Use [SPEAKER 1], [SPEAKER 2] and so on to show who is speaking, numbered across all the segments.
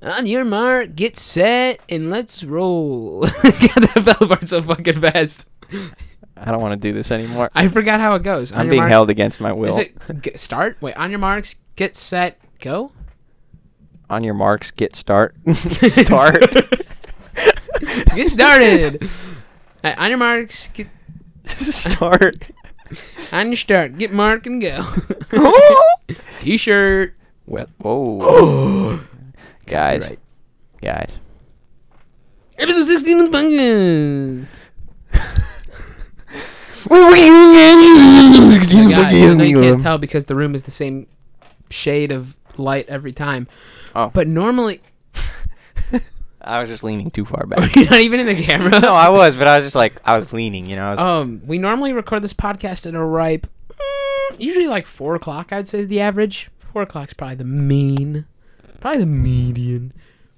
[SPEAKER 1] On your mark, get set, and let's roll. God, that bell part's so fucking fast.
[SPEAKER 2] I don't want to do this anymore.
[SPEAKER 1] I forgot how it goes. On
[SPEAKER 2] I'm
[SPEAKER 1] your
[SPEAKER 2] being
[SPEAKER 1] mark-
[SPEAKER 2] held against my will.
[SPEAKER 1] Is it get, start? Wait, on your marks, get set, go.
[SPEAKER 2] On your marks, get start. start.
[SPEAKER 1] Get started. All right, on your marks, get
[SPEAKER 2] start.
[SPEAKER 1] on your start, get mark and go. T-shirt.
[SPEAKER 2] Well, whoa. guys,
[SPEAKER 1] Right.
[SPEAKER 2] guys.
[SPEAKER 1] Episode 16 of the podcast. Yeah, guys, I know you can't tell because the room is the same shade of light every time.
[SPEAKER 2] Oh.
[SPEAKER 1] But normally,
[SPEAKER 2] I was just leaning too far back.
[SPEAKER 1] you're not even in the camera.
[SPEAKER 2] no, I was, but I was just like, I was leaning, you know. I was,
[SPEAKER 1] Um, we normally record this podcast at a ripe, mm, usually like four o'clock. I'd say is the average. Four o'clock's probably the mean, probably the median,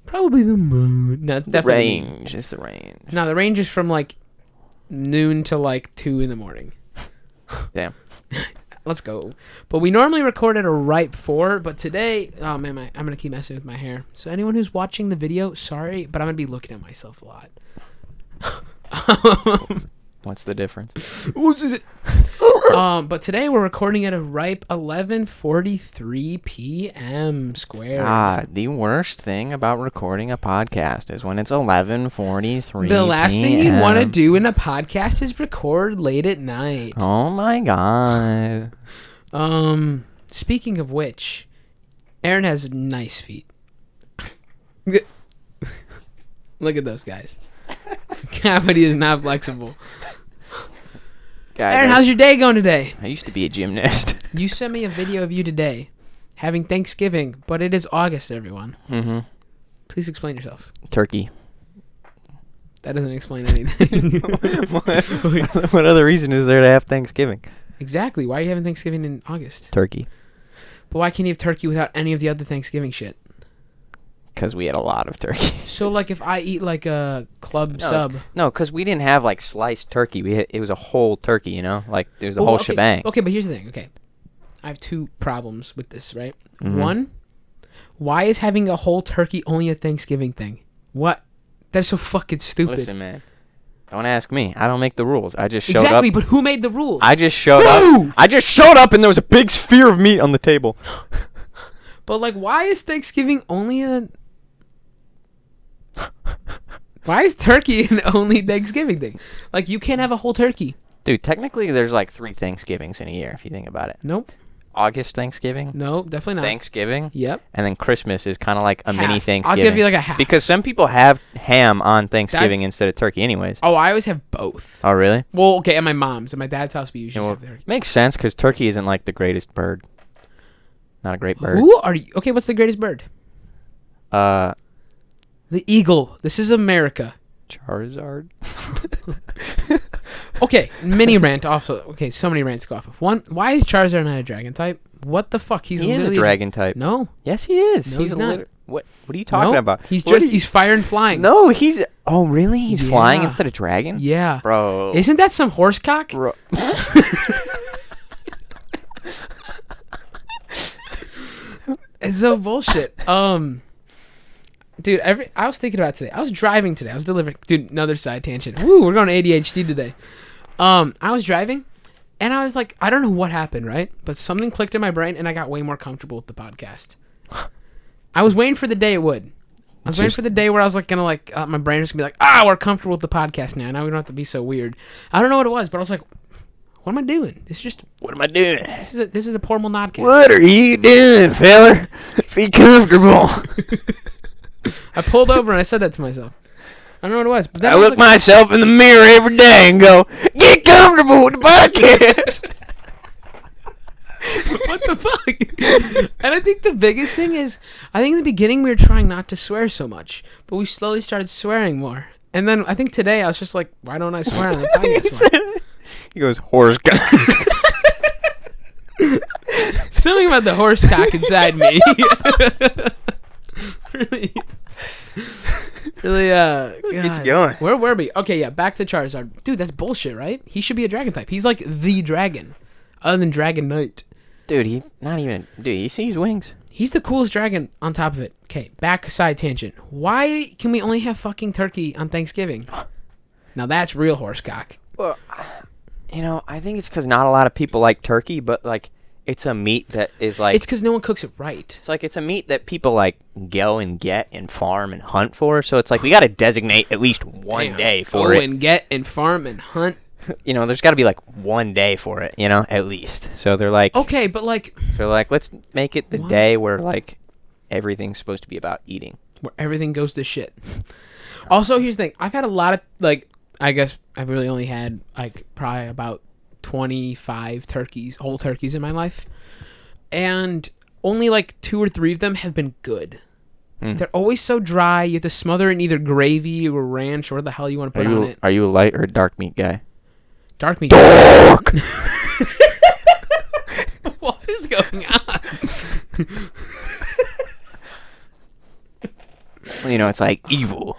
[SPEAKER 1] probably the moon. No, it's definitely
[SPEAKER 2] range is the range.
[SPEAKER 1] no. The range is from like noon to like two in the morning.
[SPEAKER 2] Damn.
[SPEAKER 1] Let's go. But we normally record at a ripe four. But today, oh man, my, I'm gonna keep messing with my hair. So anyone who's watching the video, sorry, but I'm gonna be looking at myself a lot.
[SPEAKER 2] What's the difference?
[SPEAKER 1] Um, but today we're recording at a ripe 11:43 p.m. square.
[SPEAKER 2] Ah, the worst thing about recording a podcast is when it's 11:43.
[SPEAKER 1] the last thing you want to
[SPEAKER 2] PM.
[SPEAKER 1] do in a podcast is record late at night.
[SPEAKER 2] Oh my god.
[SPEAKER 1] Um, speaking of which, Aaron has nice feet. Look at those guys. Cavity is not flexible.
[SPEAKER 2] Guys,
[SPEAKER 1] Aaron,
[SPEAKER 2] I-
[SPEAKER 1] how's your day going today?
[SPEAKER 2] I used to be a gymnast.
[SPEAKER 1] You sent me a video of you today having Thanksgiving, but it is August, everyone.
[SPEAKER 2] mm-hmm.
[SPEAKER 1] Please explain yourself.
[SPEAKER 2] Turkey.
[SPEAKER 1] That doesn't explain anything.
[SPEAKER 2] what other reason is there to have Thanksgiving?
[SPEAKER 1] exactly. Why are you having Thanksgiving in August?
[SPEAKER 2] Turkey.
[SPEAKER 1] But why can't you have turkey without any of the other Thanksgiving shit?
[SPEAKER 2] Because we had a lot of turkey.
[SPEAKER 1] So like if I eat like a club
[SPEAKER 2] No,
[SPEAKER 1] sub,
[SPEAKER 2] No, because we didn't have like sliced turkey. We had, it was a whole turkey, you know, like it was a whole
[SPEAKER 1] Oh, okay,
[SPEAKER 2] shebang.
[SPEAKER 1] Okay, but here's the thing. Okay, I have two problems with this. Right.
[SPEAKER 2] Mhm.
[SPEAKER 1] One, why is having a whole turkey only a Thanksgiving thing? What? That's so fucking stupid.
[SPEAKER 2] Listen, man, don't ask me. I don't make the rules. I just showed
[SPEAKER 1] exactly.
[SPEAKER 2] up.
[SPEAKER 1] But who made the rules?
[SPEAKER 2] I just showed up. I just showed up, and there was a big sphere of meat on the table.
[SPEAKER 1] But like, why is Thanksgiving only a? Why is turkey an only Thanksgiving thing? Like, you can't have a whole turkey.
[SPEAKER 2] Dude, technically, there's like three Thanksgivings in a year if you think about it.
[SPEAKER 1] Nope.
[SPEAKER 2] August Thanksgiving,
[SPEAKER 1] No, definitely not.
[SPEAKER 2] Thanksgiving,
[SPEAKER 1] Yep.
[SPEAKER 2] and then Christmas is kind of like a mini
[SPEAKER 1] Half.
[SPEAKER 2] Thanksgiving.
[SPEAKER 1] I'll give you like a half.
[SPEAKER 2] because some people have ham on Thanksgiving
[SPEAKER 1] That's-
[SPEAKER 2] instead of turkey, anyways.
[SPEAKER 1] oh, I always have both.
[SPEAKER 2] Oh, really?
[SPEAKER 1] Well, okay, at my mom's, at my dad's house, we usually
[SPEAKER 2] Yeah, well,
[SPEAKER 1] have turkey.
[SPEAKER 2] Makes sense because turkey isn't like the greatest bird. Not a great bird.
[SPEAKER 1] Who are you? Okay, what's the greatest bird?
[SPEAKER 2] Uh,
[SPEAKER 1] The eagle. This is America.
[SPEAKER 2] Charizard.
[SPEAKER 1] Okay, mini rant off. Okay, so many rants go off of one. Why is Charizard not a dragon type? What the fuck? He's
[SPEAKER 2] he is a
[SPEAKER 1] literally
[SPEAKER 2] dragon type.
[SPEAKER 1] No,
[SPEAKER 2] Yes, he is.
[SPEAKER 1] No,
[SPEAKER 2] he's
[SPEAKER 1] he's
[SPEAKER 2] a
[SPEAKER 1] not.
[SPEAKER 2] lit- What? What are you talking
[SPEAKER 1] no,
[SPEAKER 2] about?
[SPEAKER 1] He's
[SPEAKER 2] What
[SPEAKER 1] just
[SPEAKER 2] are you-
[SPEAKER 1] he's fire and flying.
[SPEAKER 2] No, he's. Oh, really? He's flying
[SPEAKER 1] Yeah.
[SPEAKER 2] instead of dragon.
[SPEAKER 1] Yeah.
[SPEAKER 2] Bro.
[SPEAKER 1] Isn't that some horse cock?
[SPEAKER 2] Bro.
[SPEAKER 1] It's so bullshit. Um, dude, every I was thinking about it today. I was driving today. I was delivering. Dude, another side tangent. Woo, we're going to ADHD today. Um, I was driving, and I was like, I don't know what happened, right? But something clicked in my brain, and I got way more comfortable with the podcast. I was waiting for the day it would. I was waiting
[SPEAKER 2] Just-
[SPEAKER 1] for the day where I was like gonna like uh, my brain was gonna be like, ah, we're comfortable with the podcast now. Now we don't have to be so weird. I don't know what it was, but I was like, what am I doing? This is just
[SPEAKER 2] What am I doing?
[SPEAKER 1] this is a, this is a poor monodcast.
[SPEAKER 2] What are you doing, feller? Be comfortable.
[SPEAKER 1] I pulled over and I said that to myself. I don't know what it was, but then
[SPEAKER 2] I
[SPEAKER 1] I was
[SPEAKER 2] look
[SPEAKER 1] like-
[SPEAKER 2] myself in the mirror every day and go, get comfortable with the podcast.
[SPEAKER 1] what the fuck? and I think the biggest thing is, I think in the beginning we were trying not to swear so much, but we slowly started swearing more. And then I think today I was just like, why don't I swear on the podcast? more?
[SPEAKER 2] he goes, horse cock.
[SPEAKER 1] Something about the horse cock inside me. really, really, uh,
[SPEAKER 2] It's
[SPEAKER 1] God.
[SPEAKER 2] going.
[SPEAKER 1] Where were we? Okay, yeah, back to Charizard. Dude, that's bullshit, right? He should be a dragon type. He's like the dragon, other than Dragon Knight.
[SPEAKER 2] Dude, he not even. Dude, you see his wings?
[SPEAKER 1] He's the coolest dragon on top of it. Okay, back side tangent. Why can we only have fucking turkey on Thanksgiving? Now that's real horsecock.
[SPEAKER 2] Well, you know, I think it's because not a lot of people like turkey, but like it's a meat that is like
[SPEAKER 1] It's
[SPEAKER 2] it's,
[SPEAKER 1] because no one cooks it right.
[SPEAKER 2] like it's a meat that people like go and get and farm and hunt for. So it's like we got to designate at least one
[SPEAKER 1] Damn.
[SPEAKER 2] day for
[SPEAKER 1] Go
[SPEAKER 2] it.
[SPEAKER 1] Oh, and get and farm and hunt.
[SPEAKER 2] You know, there's got to be like one day for it. You know, at least. So they're like,
[SPEAKER 1] Okay, but like
[SPEAKER 2] so like let's make it the
[SPEAKER 1] Why?
[SPEAKER 2] day where like everything's supposed to be about eating.
[SPEAKER 1] where everything goes to shit. Also, here's the thing: I've had a lot of like, I guess I've really only had like probably about twenty five turkeys, whole turkeys in my life, and only like two or three of them have been good.
[SPEAKER 2] Hmm.
[SPEAKER 1] They're always so dry. You have to smother it in either gravy or ranch or what the hell you want to
[SPEAKER 2] Are
[SPEAKER 1] put on
[SPEAKER 2] you
[SPEAKER 1] it.
[SPEAKER 2] are you a light or a dark meat guy?
[SPEAKER 1] Dark meat. what is going on?
[SPEAKER 2] You know, it's like evil.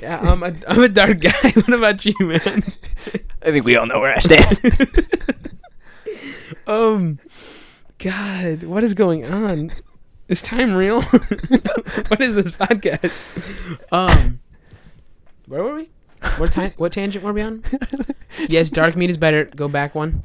[SPEAKER 1] Yeah, I'm a, I'm a dark guy. what about you, man?
[SPEAKER 2] I think we all know where I stand.
[SPEAKER 1] Um, God, what is going on? Is time real? what is this podcast? Um, where were we? What time? What tangent were we on? yes, dark meat is better. Go back one.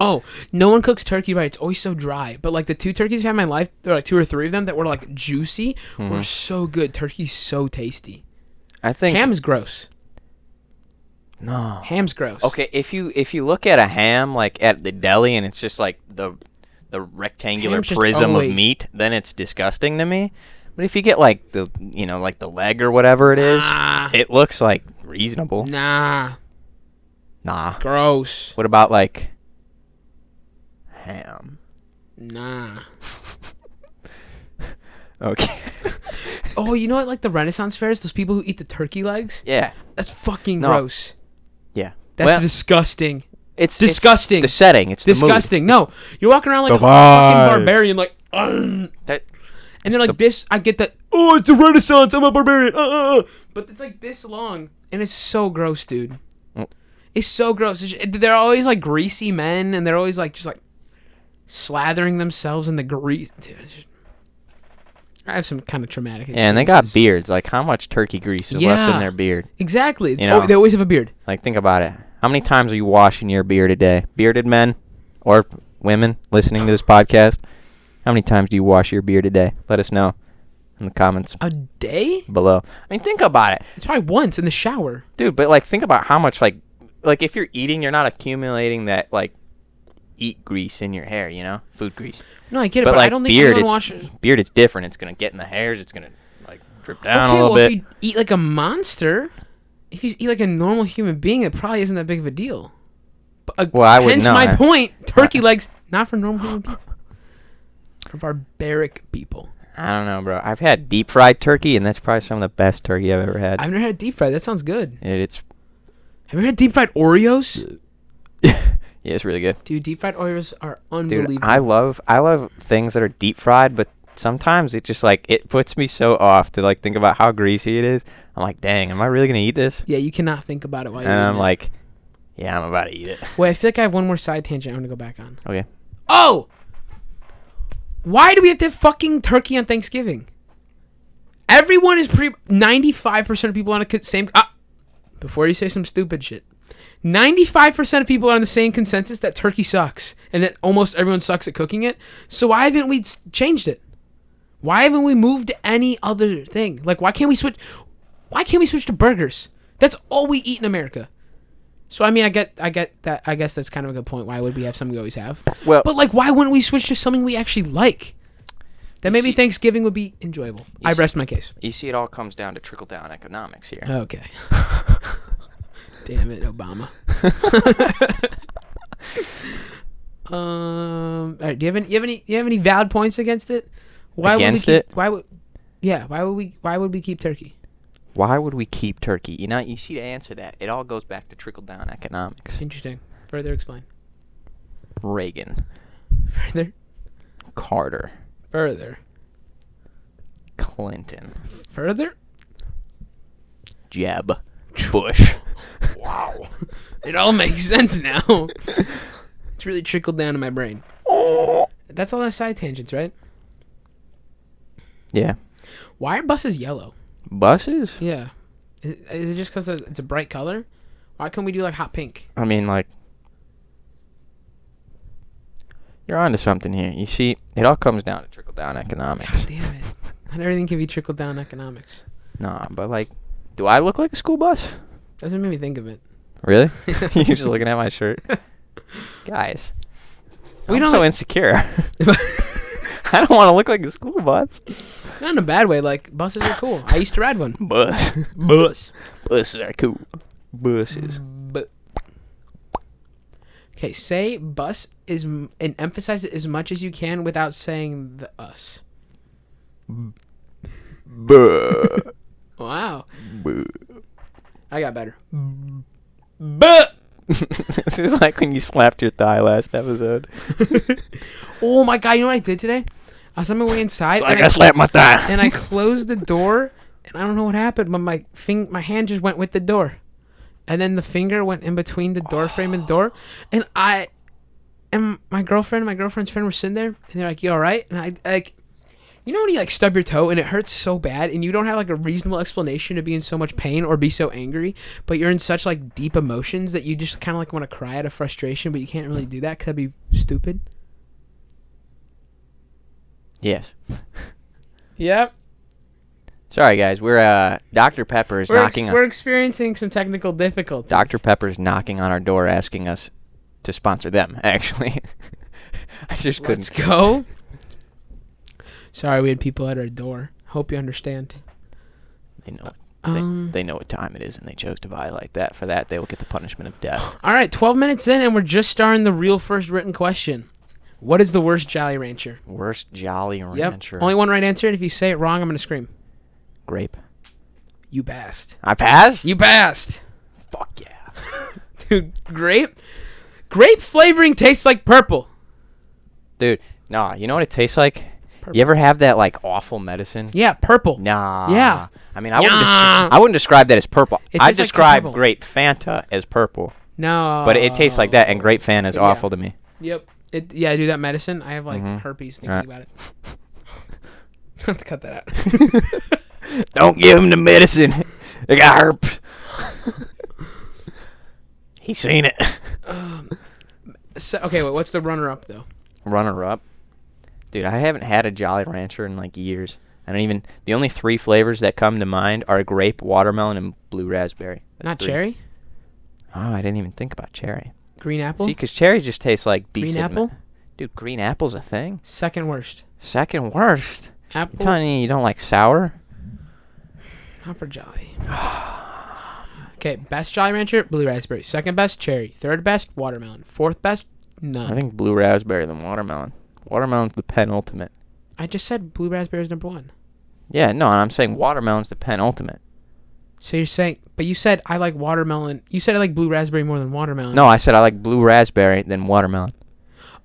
[SPEAKER 1] Oh, no one cooks turkey right. It's always so dry. But like the two turkeys I've had in my life, there were like two or three of them that were like juicy, were so good. Turkey's so tasty.
[SPEAKER 2] I think
[SPEAKER 1] Ham is gross.
[SPEAKER 2] no.
[SPEAKER 1] Ham's gross.
[SPEAKER 2] Okay, if you if you look at a ham like at the deli and it's just like the the rectangular
[SPEAKER 1] Ham's just
[SPEAKER 2] prism
[SPEAKER 1] always-
[SPEAKER 2] of meat, then it's disgusting to me. But if you get like the you know like the leg or whatever it is,
[SPEAKER 1] Nah.
[SPEAKER 2] it looks like reasonable.
[SPEAKER 1] Nah,
[SPEAKER 2] Nah.
[SPEAKER 1] gross.
[SPEAKER 2] What about like ham?
[SPEAKER 1] Nah.
[SPEAKER 2] Okay.
[SPEAKER 1] Oh, you know what? Like the Renaissance fairs, those people who eat the turkey legs.
[SPEAKER 2] yeah.
[SPEAKER 1] That's fucking
[SPEAKER 2] No.
[SPEAKER 1] gross.
[SPEAKER 2] Yeah.
[SPEAKER 1] That's
[SPEAKER 2] well,
[SPEAKER 1] disgusting.
[SPEAKER 2] it's it's
[SPEAKER 1] disgusting.
[SPEAKER 2] the setting. It's
[SPEAKER 1] Disgusting. No, you're walking around like a
[SPEAKER 2] vibes.
[SPEAKER 1] fucking barbarian, like, "Ugh."
[SPEAKER 2] The mood. That
[SPEAKER 1] and they're like
[SPEAKER 2] the-
[SPEAKER 1] this. I get that. Oh, it's the Renaissance. I'm a barbarian. Uh, uh, uh." But it's like this long, and it's so gross, dude.
[SPEAKER 2] Mm.
[SPEAKER 1] It's so gross. It's ju- they're always like greasy men, and they're always like just like slathering themselves in the grease. Dude, it's just- I have some kind of traumatic.
[SPEAKER 2] and they got
[SPEAKER 1] experiences.
[SPEAKER 2] beards. Like how much turkey grease is left
[SPEAKER 1] Yeah.
[SPEAKER 2] in their beard?
[SPEAKER 1] Exactly. It's,
[SPEAKER 2] You know.
[SPEAKER 1] oh, they always have a beard.
[SPEAKER 2] Like, think about it. How many times are you washing your beard a day? Bearded men or women listening to this podcast, how many times do you wash your beard a day? Let us know in the comments
[SPEAKER 1] A day?
[SPEAKER 2] below. I mean, think about it,
[SPEAKER 1] It's probably once in the shower.
[SPEAKER 2] dude. But like, think about how much like, like if you're eating, you're not accumulating that like eat grease in your hair. You know, food grease.
[SPEAKER 1] No, I get it,
[SPEAKER 2] But,
[SPEAKER 1] but, I
[SPEAKER 2] like
[SPEAKER 1] don't think
[SPEAKER 2] beard,
[SPEAKER 1] anyone
[SPEAKER 2] it's
[SPEAKER 1] washes.
[SPEAKER 2] beard. It's different. It's gonna get in the hairs. It's gonna like drip down
[SPEAKER 1] okay,
[SPEAKER 2] a little
[SPEAKER 1] well, if
[SPEAKER 2] bit.
[SPEAKER 1] you eat like a monster, if you eat like a normal human being, it probably isn't that big of a deal. But, uh,
[SPEAKER 2] Well, I would
[SPEAKER 1] hence
[SPEAKER 2] know.
[SPEAKER 1] my point: turkey legs, not for normal human people, for barbaric people.
[SPEAKER 2] I don't know, bro. I've had deep fried turkey, and that's probably some of the best turkey I've ever had.
[SPEAKER 1] I've never had a deep fried. That sounds good.
[SPEAKER 2] It- it's
[SPEAKER 1] Have you ever had deep fried Oreos?
[SPEAKER 2] yeah, it's really good.
[SPEAKER 1] Dude, deep fried Oreos are unbelievable.
[SPEAKER 2] Dude, I love I love things that are deep fried, but sometimes it just like it puts me so off to like think about how greasy it is. I'm like, dang, am I really gonna eat this?
[SPEAKER 1] yeah, you cannot think about it while
[SPEAKER 2] And
[SPEAKER 1] you're. eating
[SPEAKER 2] I'm
[SPEAKER 1] it.
[SPEAKER 2] like, yeah, I'm about to eat it.
[SPEAKER 1] wait, I feel like I have one more side tangent. I'm gonna go back on.
[SPEAKER 2] Okay,
[SPEAKER 1] Oh! Why do we have to have fucking turkey on Thanksgiving? Everyone is pretty. 95% of people on a con- same. Ah, before you say some stupid shit. 95% of people are on the same consensus that turkey sucks and that almost everyone sucks at cooking it. So why haven't we s- changed it? Why haven't we moved to any other thing? Like, why can't we switch? Why can't we switch to burgers? That's all we eat in America. So I mean, I get, I get that. I guess that's kind of a good point. Why would we have something we always have?
[SPEAKER 2] well,
[SPEAKER 1] But like, why wouldn't we switch to something we actually like? That maybe
[SPEAKER 2] see-
[SPEAKER 1] Thanksgiving would be enjoyable. I
[SPEAKER 2] see-
[SPEAKER 1] rest my case.
[SPEAKER 2] you see, it all comes down to trickle down economics here.
[SPEAKER 1] Okay. Damn it, Obama. um. All right. Do you have any? You have any? You have any valid points against it? Why
[SPEAKER 2] Against
[SPEAKER 1] would we
[SPEAKER 2] it?
[SPEAKER 1] keep, Why would? Yeah. Why would we? Why would we keep turkey?
[SPEAKER 2] Why would we keep turkey? You know, you see, to answer that, it all goes back to trickle down economics.
[SPEAKER 1] Interesting. Further explain.
[SPEAKER 2] Reagan,
[SPEAKER 1] Further.
[SPEAKER 2] Carter,
[SPEAKER 1] Further.
[SPEAKER 2] Clinton,
[SPEAKER 1] Further.
[SPEAKER 2] Jeb, Bush.
[SPEAKER 1] Wow. it all makes sense now. it's really trickled down to my brain. That's all on side tangents, right?
[SPEAKER 2] Yeah.
[SPEAKER 1] Why are buses yellow?
[SPEAKER 2] Buses?
[SPEAKER 1] Yeah. Is, is it just because it's a bright color? Why can't we do like hot pink?
[SPEAKER 2] I mean, like, you're onto something here. You see, it all comes down to trickle down economics.
[SPEAKER 1] God damn it. Not everything can be trickled down economics.
[SPEAKER 2] Nah, but like, do I look like a school bus?
[SPEAKER 1] That's what made me think of it.
[SPEAKER 2] Really? You're just looking at my shirt, guys.
[SPEAKER 1] We
[SPEAKER 2] I'm
[SPEAKER 1] don't
[SPEAKER 2] so
[SPEAKER 1] like-
[SPEAKER 2] insecure. I don't want to look like a school bus.
[SPEAKER 1] Not in a bad way. Like buses are cool. I used to ride one.
[SPEAKER 2] Bus. Bus. Buses are cool. Buses.
[SPEAKER 1] Mm. Okay, say bus is m- and emphasize it as much as you can without saying the us.
[SPEAKER 2] Buh.
[SPEAKER 1] Wow,
[SPEAKER 2] Buh.
[SPEAKER 1] I got better.
[SPEAKER 2] Buh. this is like when you slapped your thigh last episode.
[SPEAKER 1] Oh my god, you know what I did today? I was on my way inside
[SPEAKER 2] Like
[SPEAKER 1] and,
[SPEAKER 2] I
[SPEAKER 1] I,
[SPEAKER 2] slapped my thigh.
[SPEAKER 1] and I closed the door, and I don't know what happened, but my fing- my hand just went with the door, and then the finger went in between the door frame and the door, and I and my girlfriend, and my girlfriend's friend were sitting there, and they're like, "You all right?" And I like. You know when you like stub your toe and it hurts so bad and you don't have like a reasonable explanation to be in so much pain or be so angry, but you're in such like deep emotions that you just kind of like want to cry out of frustration, but you can't really do that because that'd be stupid.
[SPEAKER 2] Yes.
[SPEAKER 1] Yep.
[SPEAKER 2] Sorry, guys. We're uh, Dr. Pepper is
[SPEAKER 1] We're, ex-
[SPEAKER 2] knocking. on-
[SPEAKER 1] we're experiencing some technical difficulties.
[SPEAKER 2] Dr. Pepper's knocking on our door asking us to sponsor them, actually. I just couldn't.
[SPEAKER 1] Let's go. Sorry, we had people at our door. Hope you understand.
[SPEAKER 2] They know,
[SPEAKER 1] Um,
[SPEAKER 2] they know what time it is, and they chose to violate that. For that, they will get the punishment of death.
[SPEAKER 1] all right, 12 minutes in, and we're just starting the real first written question. What is the worst Jolly Rancher?
[SPEAKER 2] Worst Jolly Rancher.
[SPEAKER 1] Yep. Only one right answer, and if you say it wrong, I'm going to scream.
[SPEAKER 2] Grape.
[SPEAKER 1] You passed.
[SPEAKER 2] I passed?
[SPEAKER 1] You passed.
[SPEAKER 2] fuck yeah.
[SPEAKER 1] Dude, grape? Grape flavoring tastes like purple.
[SPEAKER 2] Dude, nah, you know what it tastes like?
[SPEAKER 1] Purple.
[SPEAKER 2] You ever have that, like, awful medicine?
[SPEAKER 1] Yeah, purple.
[SPEAKER 2] Nah.
[SPEAKER 1] Yeah.
[SPEAKER 2] I mean, I, wouldn't,
[SPEAKER 1] Nah.
[SPEAKER 2] des- I wouldn't describe that as purple.
[SPEAKER 1] It
[SPEAKER 2] I
[SPEAKER 1] tastes like
[SPEAKER 2] describe
[SPEAKER 1] purple.
[SPEAKER 2] grape Fanta as purple,
[SPEAKER 1] No.
[SPEAKER 2] but it tastes like that, and grape Fanta is
[SPEAKER 1] Oh. Yeah.
[SPEAKER 2] awful to me.
[SPEAKER 1] Yep. It, yeah, I do that medicine. I have like herpes thinking
[SPEAKER 2] Mm-hmm. Right.
[SPEAKER 1] about it. I have to cut that out.
[SPEAKER 2] Don't give him the medicine. They got herpes. he seen it.
[SPEAKER 1] So, okay, wait, what's the runner up though?
[SPEAKER 2] Runner up. Dude, I haven't had a Jolly Rancher in like years. I don't even. The only three flavors that come to mind are grape, watermelon, and blue raspberry. That's
[SPEAKER 1] Not
[SPEAKER 2] three.
[SPEAKER 1] cherry?
[SPEAKER 2] Oh, I didn't even think about cherry.
[SPEAKER 1] Green apple?
[SPEAKER 2] See, 'cause cherry just tastes like
[SPEAKER 1] Green
[SPEAKER 2] decent ma-
[SPEAKER 1] apple?
[SPEAKER 2] Dude, green apple's a thing.
[SPEAKER 1] Second worst.
[SPEAKER 2] Second worst.
[SPEAKER 1] Apple?
[SPEAKER 2] You're telling me you don't like sour?
[SPEAKER 1] Not for Jolly. okay, best Jolly Rancher, blue raspberry. Second best, cherry. Third best, watermelon. Fourth best,
[SPEAKER 2] I
[SPEAKER 1] none. I,
[SPEAKER 2] think blue raspberry than watermelon. Watermelon's the penultimate.
[SPEAKER 1] just said blue raspberry is number one.
[SPEAKER 2] Yeah, no, and I'm saying watermelon's the penultimate.
[SPEAKER 1] So you're saying, but you said I like watermelon. You said I like blue raspberry more than watermelon.
[SPEAKER 2] No, I said I like blue raspberry than watermelon.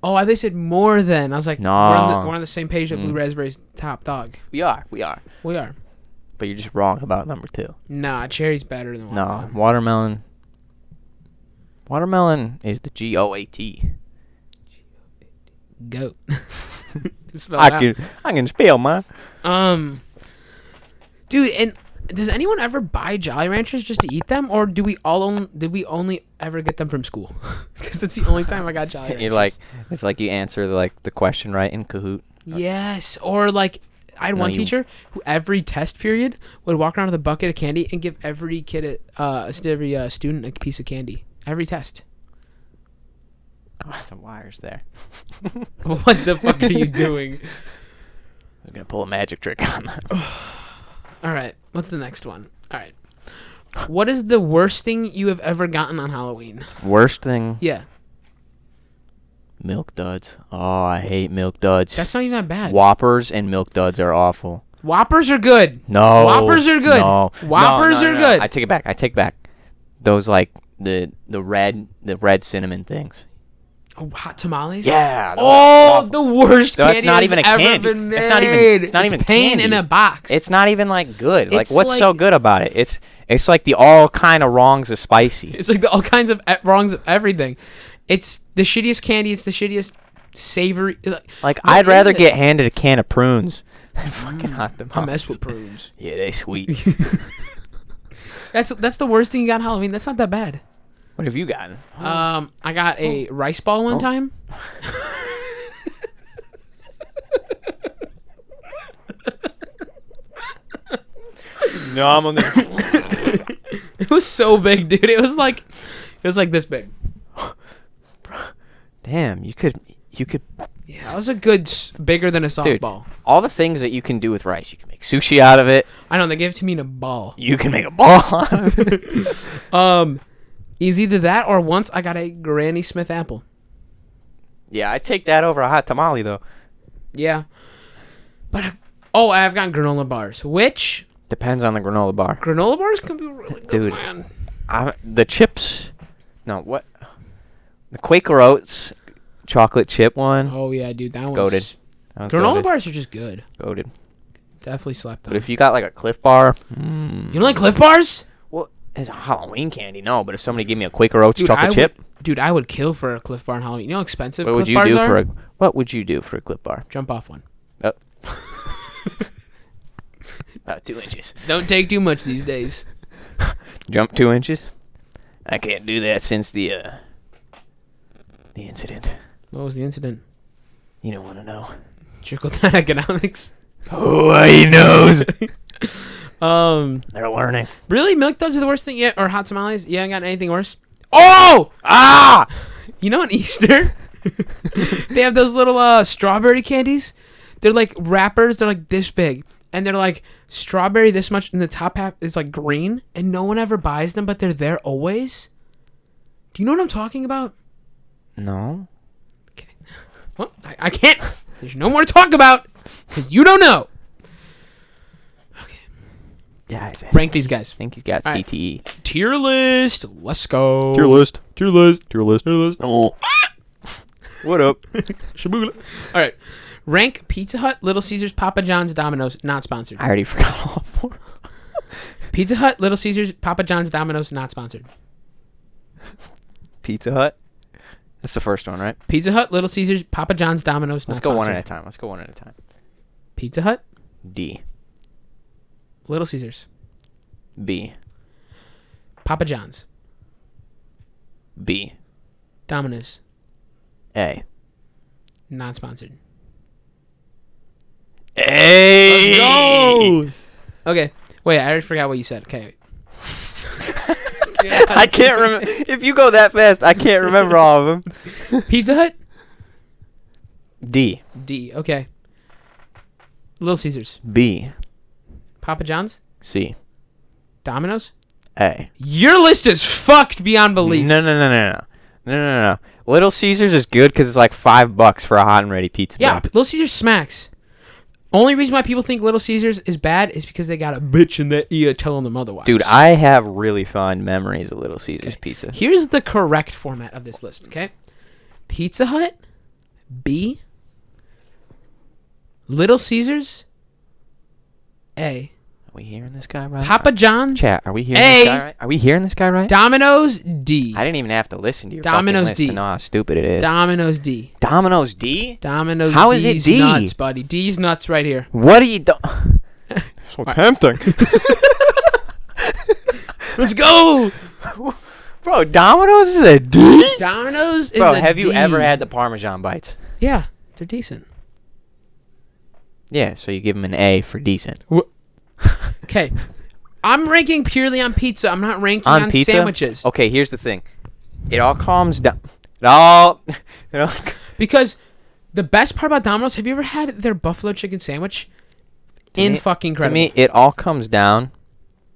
[SPEAKER 1] Oh, I they said more than. I was like, we're, on the,
[SPEAKER 2] No. Mm.
[SPEAKER 1] we're on the same page that blue raspberry's top dog.
[SPEAKER 2] We are, we are.
[SPEAKER 1] We are.
[SPEAKER 2] But you're just wrong about number two.
[SPEAKER 1] Nah, cherry's better than
[SPEAKER 2] No,
[SPEAKER 1] watermelon.
[SPEAKER 2] watermelon. Watermelon is the G O A T.
[SPEAKER 1] Goat. Spell
[SPEAKER 2] I can I can spell my.
[SPEAKER 1] Um, dude, and does anyone ever buy Jolly Ranchers just to eat them, or do we all on, did we only ever get them from school? Because that's the only time I got Jolly Ranchers.
[SPEAKER 2] You like it's like you answer the, like the question right in Kahoot.
[SPEAKER 1] yes, or like I had one
[SPEAKER 2] uh, you-
[SPEAKER 1] teacher who every test period would walk around with a bucket of candy and give every kid, a, uh, every uh, student a piece of candy every test.
[SPEAKER 2] Oh, the wires there.
[SPEAKER 1] what the fuck are you doing?
[SPEAKER 2] I'm gonna pull a magic trick on that.
[SPEAKER 1] All right, what's the next one? All right. What is the worst thing you have ever gotten on Halloween?
[SPEAKER 2] Worst thing,
[SPEAKER 1] Yeah,
[SPEAKER 2] milk duds. Oh, I hate milk duds.
[SPEAKER 1] that's not even that bad.
[SPEAKER 2] Whoppers and milk duds are awful.
[SPEAKER 1] Whoppers are good.
[SPEAKER 2] No.
[SPEAKER 1] Whoppers are good.
[SPEAKER 2] No. No,
[SPEAKER 1] Whoppers
[SPEAKER 2] no,
[SPEAKER 1] are
[SPEAKER 2] no.
[SPEAKER 1] good.
[SPEAKER 2] I take it back. I take back. Those like the the red the red cinnamon things.
[SPEAKER 1] Oh, hot tamales?
[SPEAKER 2] Yeah. those are
[SPEAKER 1] Oh,
[SPEAKER 2] awful.
[SPEAKER 1] the worst
[SPEAKER 2] No, it's
[SPEAKER 1] candy
[SPEAKER 2] not
[SPEAKER 1] that's
[SPEAKER 2] even a
[SPEAKER 1] ever
[SPEAKER 2] candy.
[SPEAKER 1] been made.
[SPEAKER 2] It's not even- it's not even
[SPEAKER 1] pain
[SPEAKER 2] candy.
[SPEAKER 1] in a box.
[SPEAKER 2] it's not even like good. Like
[SPEAKER 1] It's
[SPEAKER 2] what's so
[SPEAKER 1] like-
[SPEAKER 2] good about it? It's it's like the all kind of wrongs of spicy.
[SPEAKER 1] it's like the, all kinds of e- wrongs of everything. It's the shittiest candy. It's the shittiest savory. Like,
[SPEAKER 2] Like
[SPEAKER 1] what
[SPEAKER 2] I'd rather
[SPEAKER 1] is it? Mm.
[SPEAKER 2] get handed a can of prunes fucking hot them.
[SPEAKER 1] I mess with prunes.
[SPEAKER 2] Yeah, they sweet.
[SPEAKER 1] That's that's the worst thing you got on Halloween. That's not that bad.
[SPEAKER 2] what have you gotten?
[SPEAKER 1] Um, I got a rice ball one time.
[SPEAKER 2] No, I'm on the.
[SPEAKER 1] It was so big, dude. It was like, it was like this big.
[SPEAKER 2] Damn, you could, you could,
[SPEAKER 1] Yeah, it was a good, s- bigger than a
[SPEAKER 2] dude.
[SPEAKER 1] softball.
[SPEAKER 2] All the things that you can do with rice, you can make sushi out of it.
[SPEAKER 1] I know they gave it to me in a ball.
[SPEAKER 2] You can make a ball out of it.
[SPEAKER 1] Um, is either that or once I got a Granny Smith apple.
[SPEAKER 2] yeah, I take that over a hot tamale though.
[SPEAKER 1] Yeah, but I, oh, I've gotten granola bars. Which
[SPEAKER 2] Depends on the granola bar.
[SPEAKER 1] granola bars can be really good,
[SPEAKER 2] Dude.
[SPEAKER 1] man.
[SPEAKER 2] I, the chips. No, what? The Quaker Oats chocolate chip one.
[SPEAKER 1] Oh yeah, dude, that
[SPEAKER 2] goated.
[SPEAKER 1] one's
[SPEAKER 2] That was
[SPEAKER 1] granola
[SPEAKER 2] goated,
[SPEAKER 1] bars are just good.
[SPEAKER 2] goated.
[SPEAKER 1] Definitely slept on.
[SPEAKER 2] But if you got like a Cliff Bar,
[SPEAKER 1] you don't like Cliff bars,
[SPEAKER 2] well, it's a Halloween candy, no. But if somebody gave me a Quaker Oats
[SPEAKER 1] dude,
[SPEAKER 2] chocolate
[SPEAKER 1] I would,
[SPEAKER 2] chip,
[SPEAKER 1] dude, I would kill for a Cliff bar in Halloween. You know how expensive
[SPEAKER 2] what
[SPEAKER 1] Cliff
[SPEAKER 2] would you
[SPEAKER 1] bars
[SPEAKER 2] do
[SPEAKER 1] are?
[SPEAKER 2] for a? What would you do for a Cliff Bar?
[SPEAKER 1] Jump off one.
[SPEAKER 2] Oh. About two inches.
[SPEAKER 1] Don't take too much these days.
[SPEAKER 2] Jump two inches. I can't do that since the uh, the incident.
[SPEAKER 1] What was the incident?
[SPEAKER 2] You don't want to know.
[SPEAKER 1] Trickle down economics.
[SPEAKER 2] Oh, he knows.
[SPEAKER 1] Um,
[SPEAKER 2] They're learning.
[SPEAKER 1] really, milk duds are the worst thing yet, or hot tamales? You haven't gotten anything worse. Oh,
[SPEAKER 2] Ah!
[SPEAKER 1] you know, on Easter, they have those little uh strawberry candies. They're like wrappers. They're like this big, and they're like strawberry this much, and the top half is like green, and no one ever buys them, but they're there always. Do you know what I'm talking about?
[SPEAKER 2] No.
[SPEAKER 1] What? I, I can't. There's no more to talk about because you don't know.
[SPEAKER 2] Yeah, I I
[SPEAKER 1] Rank these guys.
[SPEAKER 2] think he's got E.
[SPEAKER 1] All right.
[SPEAKER 2] CTE.
[SPEAKER 1] Tier list. Let's go.
[SPEAKER 2] list. Tier list. Tier list. Tier list. Oh. what up?
[SPEAKER 1] Shaboola. All right. Rank Pizza Hut, Little Caesars, Papa John's, Domino's. Not sponsored.
[SPEAKER 2] I already forgot all four.
[SPEAKER 1] Pizza Hut, Little Caesars, Papa John's, Domino's. Not sponsored.
[SPEAKER 2] Pizza Hut. That's the first one, right?
[SPEAKER 1] Pizza Hut, Little Caesars, Papa John's, Domino's.
[SPEAKER 2] Let's
[SPEAKER 1] not
[SPEAKER 2] go one
[SPEAKER 1] sponsored.
[SPEAKER 2] at a time. Let's go one at a time.
[SPEAKER 1] Pizza Hut,
[SPEAKER 2] D.
[SPEAKER 1] Little Caesars,
[SPEAKER 2] B.
[SPEAKER 1] Papa John's,
[SPEAKER 2] B.
[SPEAKER 1] Domino's.
[SPEAKER 2] A.
[SPEAKER 1] Not sponsored.
[SPEAKER 2] A. Let's go.
[SPEAKER 1] Okay. Wait, I already forgot what you said. Okay.
[SPEAKER 2] I can't remember. if you go that fast, I can't remember all of them.
[SPEAKER 1] Pizza Hut,
[SPEAKER 2] D.
[SPEAKER 1] D. Okay. Little Caesars,
[SPEAKER 2] B.
[SPEAKER 1] Papa John's,
[SPEAKER 2] C.
[SPEAKER 1] Domino's.
[SPEAKER 2] A.
[SPEAKER 1] Your list is fucked beyond belief.
[SPEAKER 2] No, no, no, no, no. No, no, no, no. Little Caesars is good because it's like five bucks for a hot and ready pizza.
[SPEAKER 1] Yeah,
[SPEAKER 2] bun.
[SPEAKER 1] Little Caesars smacks. Only reason why people think Little Caesars is bad is because they got a bitch in their ear telling them otherwise.
[SPEAKER 2] Dude, I have really fond memories of Little Caesars
[SPEAKER 1] Okay.
[SPEAKER 2] pizza.
[SPEAKER 1] here's the correct format of this list. Okay, Pizza Hut, B, Little Caesars, A,
[SPEAKER 2] Are we hearing this guy right?
[SPEAKER 1] Papa John's,
[SPEAKER 2] Chat, are we hearing
[SPEAKER 1] A.
[SPEAKER 2] this guy right? Are we hearing this guy right?
[SPEAKER 1] Domino's, D,
[SPEAKER 2] I didn't even have to listen to your
[SPEAKER 1] Domino's
[SPEAKER 2] Domino's list
[SPEAKER 1] D.
[SPEAKER 2] to know how stupid it is.
[SPEAKER 1] Domino's, D,
[SPEAKER 2] Domino's D?
[SPEAKER 1] Domino's.
[SPEAKER 2] How is it
[SPEAKER 1] D's
[SPEAKER 2] D?
[SPEAKER 1] Nuts, buddy. D's nuts right here.
[SPEAKER 2] What are you do- So tempting.
[SPEAKER 1] Let's go.
[SPEAKER 2] Bro, Domino's is a D?
[SPEAKER 1] Domino's is
[SPEAKER 2] Bro,
[SPEAKER 1] a
[SPEAKER 2] have you
[SPEAKER 1] D.
[SPEAKER 2] ever had the Parmesan bites?
[SPEAKER 1] Yeah, they're decent.
[SPEAKER 2] Yeah, so you give him an A for decent.
[SPEAKER 1] Okay. I'm ranking purely on pizza. I'm not ranking on,
[SPEAKER 2] On pizza? Oh.
[SPEAKER 1] sandwiches.
[SPEAKER 2] Okay, here's the thing. It all calms down. It all. It all
[SPEAKER 1] Because the best part about Domino's, have you ever had their buffalo chicken sandwich? In
[SPEAKER 2] me-
[SPEAKER 1] fucking
[SPEAKER 2] to
[SPEAKER 1] incredible.
[SPEAKER 2] me, it all comes down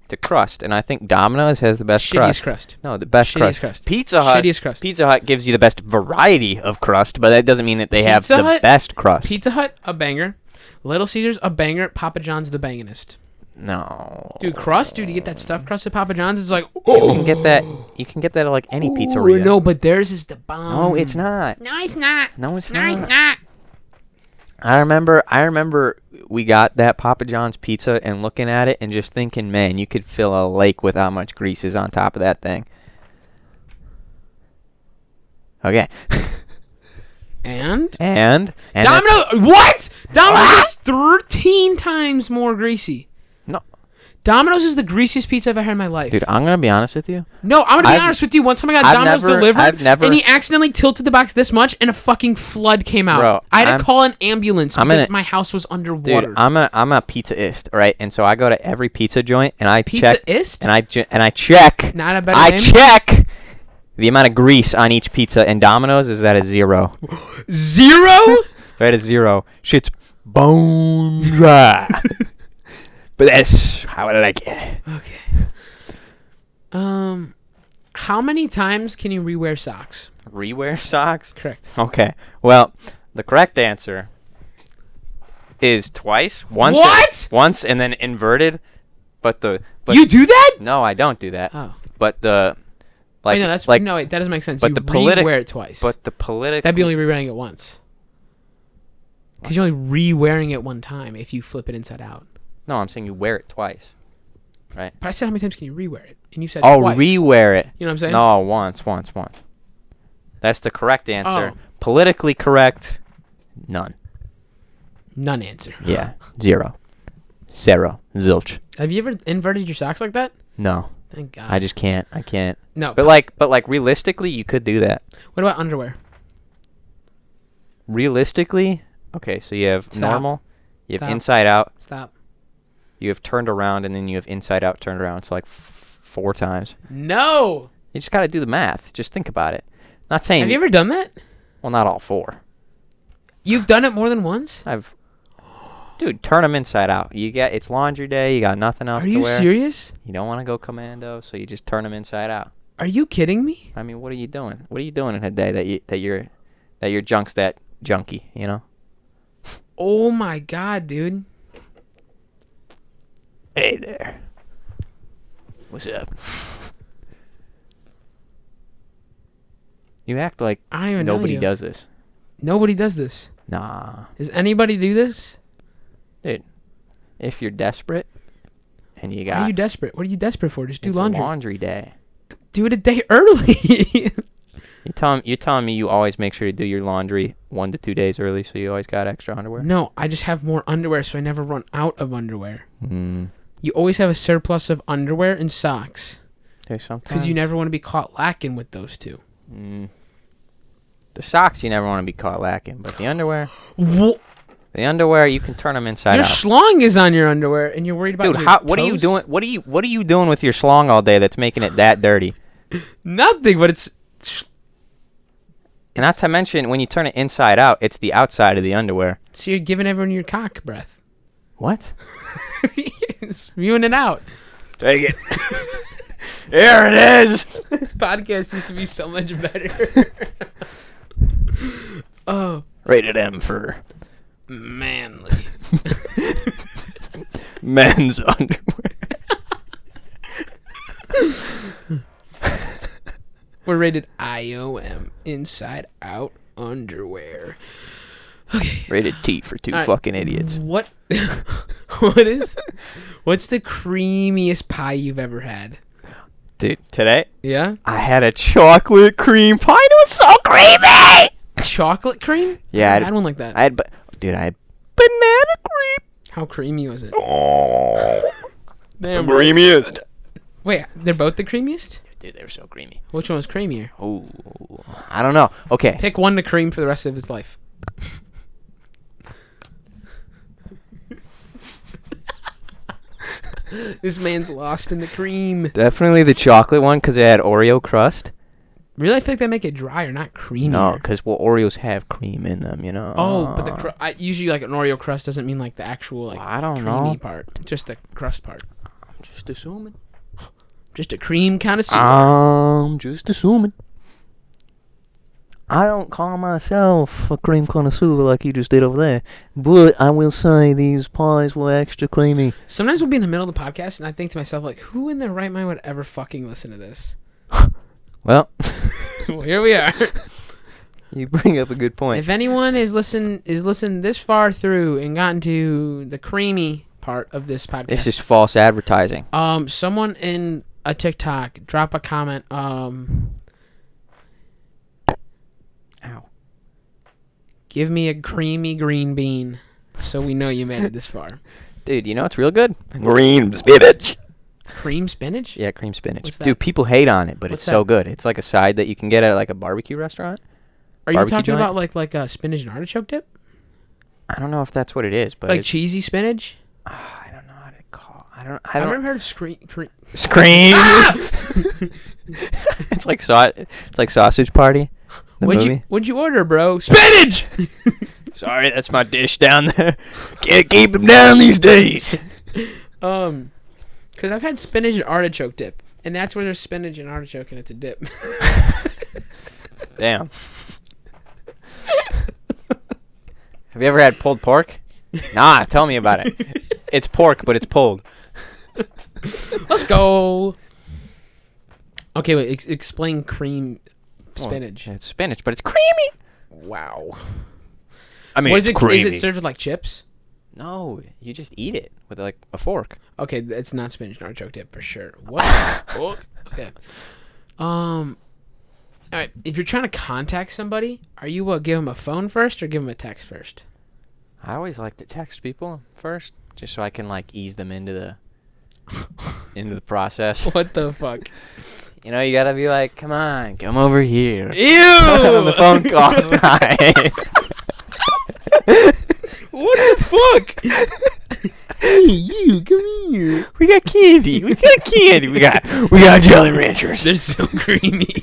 [SPEAKER 2] to crust, and I think Domino's has the best
[SPEAKER 1] Shittiest
[SPEAKER 2] crust.
[SPEAKER 1] crust.
[SPEAKER 2] No, the best
[SPEAKER 1] Shittiest
[SPEAKER 2] crust.
[SPEAKER 1] crust.
[SPEAKER 2] Pizza Hut.
[SPEAKER 1] Shittiest crust.
[SPEAKER 2] Pizza Hut gives you the best variety of crust, but that doesn't mean that they have
[SPEAKER 1] Pizza
[SPEAKER 2] the
[SPEAKER 1] Hut-
[SPEAKER 2] best crust.
[SPEAKER 1] Pizza Hut, a banger. Little Caesars, a banger. Papa John's, the banginest.
[SPEAKER 2] no,
[SPEAKER 1] Dude, crust, dude, you get that stuffed crust at Papa John's, it's like,
[SPEAKER 2] You
[SPEAKER 1] oh,
[SPEAKER 2] can get that. You can get that at like any
[SPEAKER 1] Ooh,
[SPEAKER 2] pizzeria.
[SPEAKER 1] no, but theirs is the bomb.
[SPEAKER 2] No, it's not.
[SPEAKER 1] No, it's not.
[SPEAKER 2] No, it's
[SPEAKER 1] No, it's
[SPEAKER 2] not.
[SPEAKER 1] not.
[SPEAKER 2] I remember. I remember we got that Papa John's pizza and looking at it and just thinking, man, you could fill a lake with how much grease is on top of that thing. Okay.
[SPEAKER 1] And
[SPEAKER 2] And, and it's-
[SPEAKER 1] Domino, what? Domino's is thirteen times more greasy.
[SPEAKER 2] No,
[SPEAKER 1] Domino's is the greasiest pizza I've ever had in my life.
[SPEAKER 2] dude, I'm gonna be honest with you.
[SPEAKER 1] no, I'm gonna be
[SPEAKER 2] I've-
[SPEAKER 1] honest with you. Once time I got
[SPEAKER 2] I've
[SPEAKER 1] Domino's
[SPEAKER 2] never-
[SPEAKER 1] delivered,
[SPEAKER 2] I've never-
[SPEAKER 1] and he accidentally tilted the box this much, and a fucking flood came out.
[SPEAKER 2] Bro,
[SPEAKER 1] I had
[SPEAKER 2] I'm-
[SPEAKER 1] to call an ambulance
[SPEAKER 2] I'm
[SPEAKER 1] because
[SPEAKER 2] gonna-
[SPEAKER 1] my house was
[SPEAKER 2] Dude,
[SPEAKER 1] underwater.
[SPEAKER 2] I'm a I'm a pizzaist, all right? And so I go to every pizza joint and I check
[SPEAKER 1] Pizzaist?
[SPEAKER 2] and I ju- and I check.
[SPEAKER 1] Not a better
[SPEAKER 2] I
[SPEAKER 1] name?
[SPEAKER 2] check the amount of grease on each pizza and Domino's is at a zero.
[SPEAKER 1] Zero.
[SPEAKER 2] Right at zero. Shit's bone dry. but that's how I like it.
[SPEAKER 1] okay. Um, how many times can you rewear socks?
[SPEAKER 2] Rewear socks.
[SPEAKER 1] Correct.
[SPEAKER 2] Okay. Well, the correct answer is twice. Once. and-
[SPEAKER 1] What?
[SPEAKER 2] once and then inverted. But the but
[SPEAKER 1] you do that?
[SPEAKER 2] no, I don't do that.
[SPEAKER 1] Oh.
[SPEAKER 2] But the like
[SPEAKER 1] Wait, no, that's
[SPEAKER 2] like
[SPEAKER 1] no. Wait, that doesn't make sense.
[SPEAKER 2] but
[SPEAKER 1] you
[SPEAKER 2] the politi-
[SPEAKER 1] re-wear it twice.
[SPEAKER 2] but the political
[SPEAKER 1] that'd be only re-wearing it once. Because you're only re-wearing it one time if you flip it inside out.
[SPEAKER 2] No, I'm saying you wear it twice.
[SPEAKER 1] But I said how many times can you re-wear it, and you said
[SPEAKER 2] Oh,
[SPEAKER 1] twice.
[SPEAKER 2] re-wear it.
[SPEAKER 1] You know what I'm saying?
[SPEAKER 2] No, once, once, once. That's the correct answer.
[SPEAKER 1] Oh.
[SPEAKER 2] Politically correct. None.
[SPEAKER 1] None answer.
[SPEAKER 2] Yeah. Zero. Zero. Zilch.
[SPEAKER 1] Have you ever inverted your socks like that?
[SPEAKER 2] No.
[SPEAKER 1] Thank God.
[SPEAKER 2] I just can't. I can't.
[SPEAKER 1] no.
[SPEAKER 2] But like but like realistically you could do that.
[SPEAKER 1] what about underwear?
[SPEAKER 2] Realistically, okay, so you have
[SPEAKER 1] Stop.
[SPEAKER 2] normal, you have
[SPEAKER 1] Stop.
[SPEAKER 2] inside out,
[SPEAKER 1] Stop.
[SPEAKER 2] you have turned around, and then you have inside out turned around. It's like f- four times.
[SPEAKER 1] No.
[SPEAKER 2] You just got to do the math. Just think about it. Not saying
[SPEAKER 1] Have you ever done that?
[SPEAKER 2] well, not all four.
[SPEAKER 1] You've done it more than once.
[SPEAKER 2] I've dude, turn them inside out. You get it's laundry day. You got nothing else
[SPEAKER 1] Are
[SPEAKER 2] to
[SPEAKER 1] you
[SPEAKER 2] wear.
[SPEAKER 1] serious?
[SPEAKER 2] You don't want to go commando, so you just turn them inside out.
[SPEAKER 1] Are you kidding me?
[SPEAKER 2] I mean, what are you doing? What are you doing in a day that you that you're that your junk's that junky? You know.
[SPEAKER 1] Oh my God, dude.
[SPEAKER 2] Hey there. What's up? You act like
[SPEAKER 1] I don't even know
[SPEAKER 2] nobody
[SPEAKER 1] you.
[SPEAKER 2] does this.
[SPEAKER 1] Nobody does this.
[SPEAKER 2] Nah,
[SPEAKER 1] Does anybody do this?
[SPEAKER 2] dude. If you're desperate and you
[SPEAKER 1] Why
[SPEAKER 2] got
[SPEAKER 1] are you desperate? What are you desperate for? Just do
[SPEAKER 2] it's
[SPEAKER 1] laundry.
[SPEAKER 2] laundry day.
[SPEAKER 1] do it a day early.
[SPEAKER 2] You telling you telling me you always make sure to do your laundry one to two days early, so you always got extra underwear.
[SPEAKER 1] no, I just have more underwear, so I never run out of underwear.
[SPEAKER 2] Mm.
[SPEAKER 1] You always have a surplus of underwear and socks
[SPEAKER 2] There's sometimes
[SPEAKER 1] because you never want to be caught lacking with those two.
[SPEAKER 2] Mm. the socks you never want to be caught lacking, but the underwear,
[SPEAKER 1] Wha-
[SPEAKER 2] the underwear you can turn them inside
[SPEAKER 1] your
[SPEAKER 2] out.
[SPEAKER 1] schlong is on your underwear, and you're worried about
[SPEAKER 2] Dude,
[SPEAKER 1] your
[SPEAKER 2] how, what are you
[SPEAKER 1] toes?
[SPEAKER 2] doing? What are you what are you doing with your schlong all day that's making it that dirty?
[SPEAKER 1] Nothing, but it's sh-
[SPEAKER 2] And not to mention when you turn it inside out, it's the outside of the underwear.
[SPEAKER 1] so you're giving everyone your cock breath,
[SPEAKER 2] What?
[SPEAKER 1] You're spewing it out.
[SPEAKER 2] Take it. Here it is.
[SPEAKER 1] This podcast used to be so much better. oh
[SPEAKER 2] Rated M for
[SPEAKER 1] manly.
[SPEAKER 2] men's underwear.
[SPEAKER 1] We're rated IOM, inside out underwear.
[SPEAKER 2] Rated T for two
[SPEAKER 1] All right.
[SPEAKER 2] fucking idiots.
[SPEAKER 1] What? what is? What's the creamiest pie you've ever had?
[SPEAKER 2] Dude, today
[SPEAKER 1] Yeah,
[SPEAKER 2] I had a chocolate cream pie. and It was so creamy.
[SPEAKER 1] chocolate cream.
[SPEAKER 2] Yeah,
[SPEAKER 1] I
[SPEAKER 2] I'd-
[SPEAKER 1] had one like that.
[SPEAKER 2] I had, but dude, I had banana cream.
[SPEAKER 1] How creamy was it?
[SPEAKER 2] Oh,
[SPEAKER 1] Damn. bro.
[SPEAKER 2] creamiest.
[SPEAKER 1] Wait, they're both the creamiest.
[SPEAKER 2] Dude, they were so creamy.
[SPEAKER 1] Which one was creamier?
[SPEAKER 2] Oh, I don't know. Okay,
[SPEAKER 1] Pick one to cream for the rest of his life. this man's lost in the cream.
[SPEAKER 2] definitely the chocolate one because it had Oreo crust.
[SPEAKER 1] Really, I feel like they make it drier, not creamy.
[SPEAKER 2] No, because well, Oreos have cream in them, you know.
[SPEAKER 1] Oh, but the cr- I, usually like an Oreo crust doesn't mean like the actual like
[SPEAKER 2] I don't
[SPEAKER 1] creamy
[SPEAKER 2] know.
[SPEAKER 1] part, just the crust part.
[SPEAKER 2] I'm just assuming.
[SPEAKER 1] Just a cream kind of soup.
[SPEAKER 2] Ah. I'm just assuming. I don't call myself a cream connoisseur like you just did over there, but I will say these pies were extra creamy.
[SPEAKER 1] Sometimes we'll be in the middle of the podcast and I think to myself like, who in their right mind would ever fucking listen to this?
[SPEAKER 2] Well,
[SPEAKER 1] well, here we are.
[SPEAKER 2] you bring up a good point.
[SPEAKER 1] if anyone is listen is listened this far through and gotten to the creamy part of this podcast,
[SPEAKER 2] This is false advertising.
[SPEAKER 1] um someone in a TikTok drop a comment um
[SPEAKER 2] Ow.
[SPEAKER 1] Give me a creamy green bean, so we know you made it this far.
[SPEAKER 2] Dude, you know it's real good?
[SPEAKER 3] Green spinach.
[SPEAKER 1] Cream spinach.
[SPEAKER 2] Yeah, cream spinach.
[SPEAKER 1] What's
[SPEAKER 2] Dude,
[SPEAKER 1] that?
[SPEAKER 2] people hate on it, but
[SPEAKER 1] What's
[SPEAKER 2] it's so
[SPEAKER 1] that?
[SPEAKER 2] good. It's like a side that you can get at like a barbecue restaurant.
[SPEAKER 1] Are you
[SPEAKER 2] barbecue
[SPEAKER 1] talking
[SPEAKER 2] joint?
[SPEAKER 1] about like like a spinach and artichoke dip?
[SPEAKER 2] I don't know if that's what it is, but
[SPEAKER 1] like
[SPEAKER 2] it's-
[SPEAKER 1] cheesy spinach?
[SPEAKER 2] Ah, I don't know how to call. I don't. I
[SPEAKER 1] I've
[SPEAKER 2] don't.
[SPEAKER 1] never heard of Ah! screen. Cre-
[SPEAKER 2] Scream! it's like sau- It's like sausage party. The
[SPEAKER 1] what'd
[SPEAKER 2] movie.
[SPEAKER 1] you What'd you order, bro? Spinach.
[SPEAKER 2] Sorry, that's my dish down there. Can't keep him down these days.
[SPEAKER 1] Um, because I've had spinach and artichoke dip, and that's where there's spinach and artichoke, and it's a dip.
[SPEAKER 2] Damn. Have you ever had pulled pork? Nah, tell me about it. It's pork, but it's pulled.
[SPEAKER 1] Let's go. Okay, wait. Ex- explain cream
[SPEAKER 2] Well,
[SPEAKER 1] spinach.
[SPEAKER 2] it's spinach, but it's creamy.
[SPEAKER 1] Wow.
[SPEAKER 3] I mean,
[SPEAKER 1] What
[SPEAKER 3] it's
[SPEAKER 1] is it?
[SPEAKER 3] creamy.
[SPEAKER 1] Is it served with like chips?
[SPEAKER 2] No, you just eat it with like a fork.
[SPEAKER 1] Okay, that's not spinach and artichoke dip for sure. What? Fuck? okay. Um. All right. If you're trying to contact somebody, are you uh, give them a phone first or give them a text first?
[SPEAKER 2] I always like to text people first, just so I can like ease them into the into the process.
[SPEAKER 1] What the fuck?
[SPEAKER 2] You know, you gotta be like, come on, come over here.
[SPEAKER 1] Ew!
[SPEAKER 2] On the phone calls.
[SPEAKER 1] What the fuck? hey, you, come here.
[SPEAKER 2] we got candy. We got candy. We got we got jelly ranchers.
[SPEAKER 1] They're so creamy.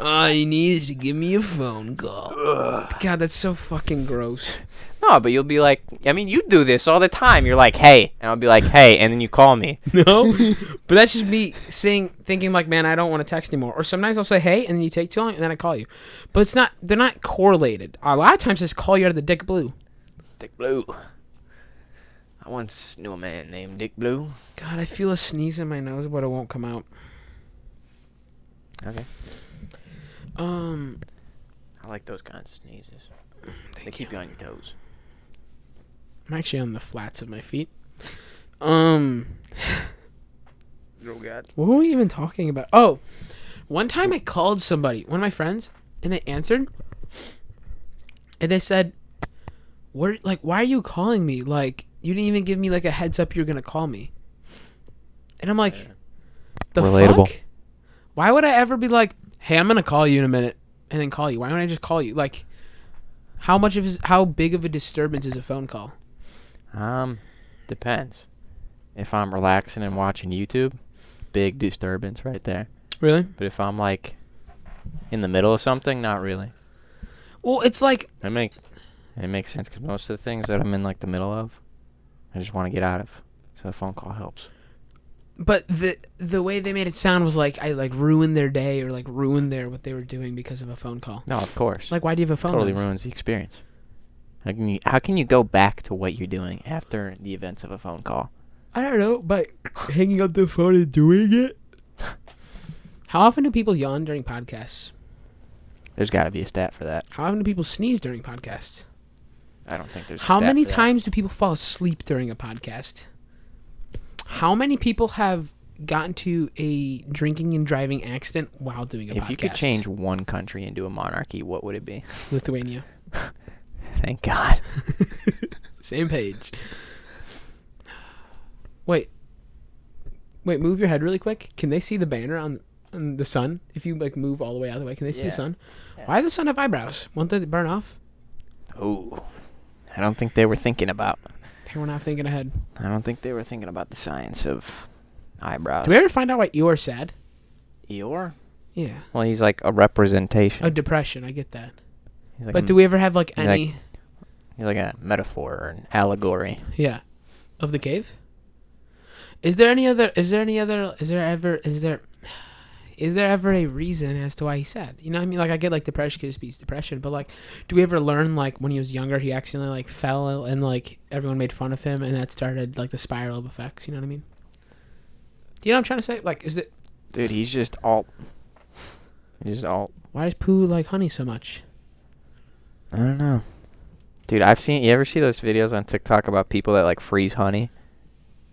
[SPEAKER 1] All you need is to give me a phone call. God, that's so fucking gross.
[SPEAKER 2] No, but you'll be like, I mean, you do this all the time. You're like, hey, and I'll be like, hey, and then you call me.
[SPEAKER 1] No, but that's just me saying, thinking like, man, I don't want to text anymore. Or sometimes I'll say, hey, and then you take too long, and then I call you. But it's not, they're not correlated. A lot of times, I just call you out of the dick blue.
[SPEAKER 2] Dick Blue. I once knew a man named Dick Blue.
[SPEAKER 1] God, I feel a sneeze in my nose, but it won't come out.
[SPEAKER 2] Okay.
[SPEAKER 1] Um,
[SPEAKER 2] I like those kinds of sneezes. They keep you on your toes.
[SPEAKER 1] I'm actually on the flats of my feet. Um,
[SPEAKER 2] Oh God.
[SPEAKER 1] what were we even talking about? Oh, one time I called somebody, one of my friends, and they answered, and they said, "What? Like, why are you calling me? Like, you didn't even give me like a heads up you're gonna call me." And I'm like, "The
[SPEAKER 2] Relatable.
[SPEAKER 1] fuck? Why would I ever be like, hey, I'm gonna call you in a minute, and then call you? Why don't I just call you? Like, how much of is, how big of a disturbance is a phone call?
[SPEAKER 2] Um, depends. If I'm relaxing and watching YouTube, big disturbance right there.
[SPEAKER 1] Really?
[SPEAKER 2] But if I'm like in the middle of something, not really.
[SPEAKER 1] Well, it's like
[SPEAKER 2] It make it makes sense because most of the things that I'm in like the middle of, I just want to get out of. So a phone call helps.
[SPEAKER 1] but the the way they made it sound was like I like ruined their day or like ruined their what they were doing because of a phone call.
[SPEAKER 2] No, of course.
[SPEAKER 1] Like why do you have a phone?
[SPEAKER 2] totally
[SPEAKER 1] then?
[SPEAKER 2] ruins the experience. How can you how can you go back to what you're doing after the events of a phone call?
[SPEAKER 1] I don't know, but hanging up the phone and doing it. How often do people yawn during podcasts?
[SPEAKER 2] There's got to be a stat for that.
[SPEAKER 1] How often do people sneeze during podcasts?
[SPEAKER 2] I don't think there's. a
[SPEAKER 1] How
[SPEAKER 2] stat
[SPEAKER 1] many
[SPEAKER 2] for that.
[SPEAKER 1] times do people fall asleep during a podcast? How many people have gotten to a drinking and driving accident while doing a
[SPEAKER 2] If
[SPEAKER 1] podcast?
[SPEAKER 2] you could change one country into a monarchy, what would it be?
[SPEAKER 1] Lithuania.
[SPEAKER 2] Thank God.
[SPEAKER 1] Same page. Wait. Wait, move your head really quick. Can they see the banner on, on the sun? If you like move all the way out of the way, can they see
[SPEAKER 2] Yeah.
[SPEAKER 1] the sun?
[SPEAKER 2] Yeah.
[SPEAKER 1] Why does the sun have eyebrows? Won't they burn off?
[SPEAKER 2] Ooh. I don't think they were thinking about.
[SPEAKER 1] They were not thinking ahead.
[SPEAKER 2] I don't think they were thinking about the science of eyebrows.
[SPEAKER 1] Do we ever find out why Eeyore sad?
[SPEAKER 2] Eeyore?
[SPEAKER 1] Yeah.
[SPEAKER 2] Well, he's like a representation.
[SPEAKER 1] Oh, depression. I get that.
[SPEAKER 2] he's like
[SPEAKER 1] But
[SPEAKER 2] a,
[SPEAKER 1] do we ever have like
[SPEAKER 2] like-
[SPEAKER 1] any?
[SPEAKER 2] he's like a metaphor or an allegory.
[SPEAKER 1] Yeah. Of the cave? Is there any other is there any other is there ever is there is there ever a reason as to why he said? You know what I mean? Like I get like depression because he's depression, but like do we ever learn like when he was younger he accidentally like fell and like everyone made fun of him and that started like the spiral of effects, you know what I mean? Do you know what I'm trying to say? Like is it
[SPEAKER 2] Dude, he's just alt. He's just alt.
[SPEAKER 1] why does Pooh like honey so much?
[SPEAKER 2] I don't know. Dude, I've seen. You ever see those videos on TikTok about people that like freeze honey?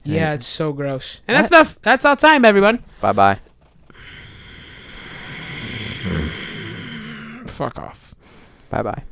[SPEAKER 1] Yeah,
[SPEAKER 2] Yeah.
[SPEAKER 1] it's so gross. And that's enough. That's our time, everyone.
[SPEAKER 2] Bye bye.
[SPEAKER 4] Fuck off.
[SPEAKER 1] Bye bye.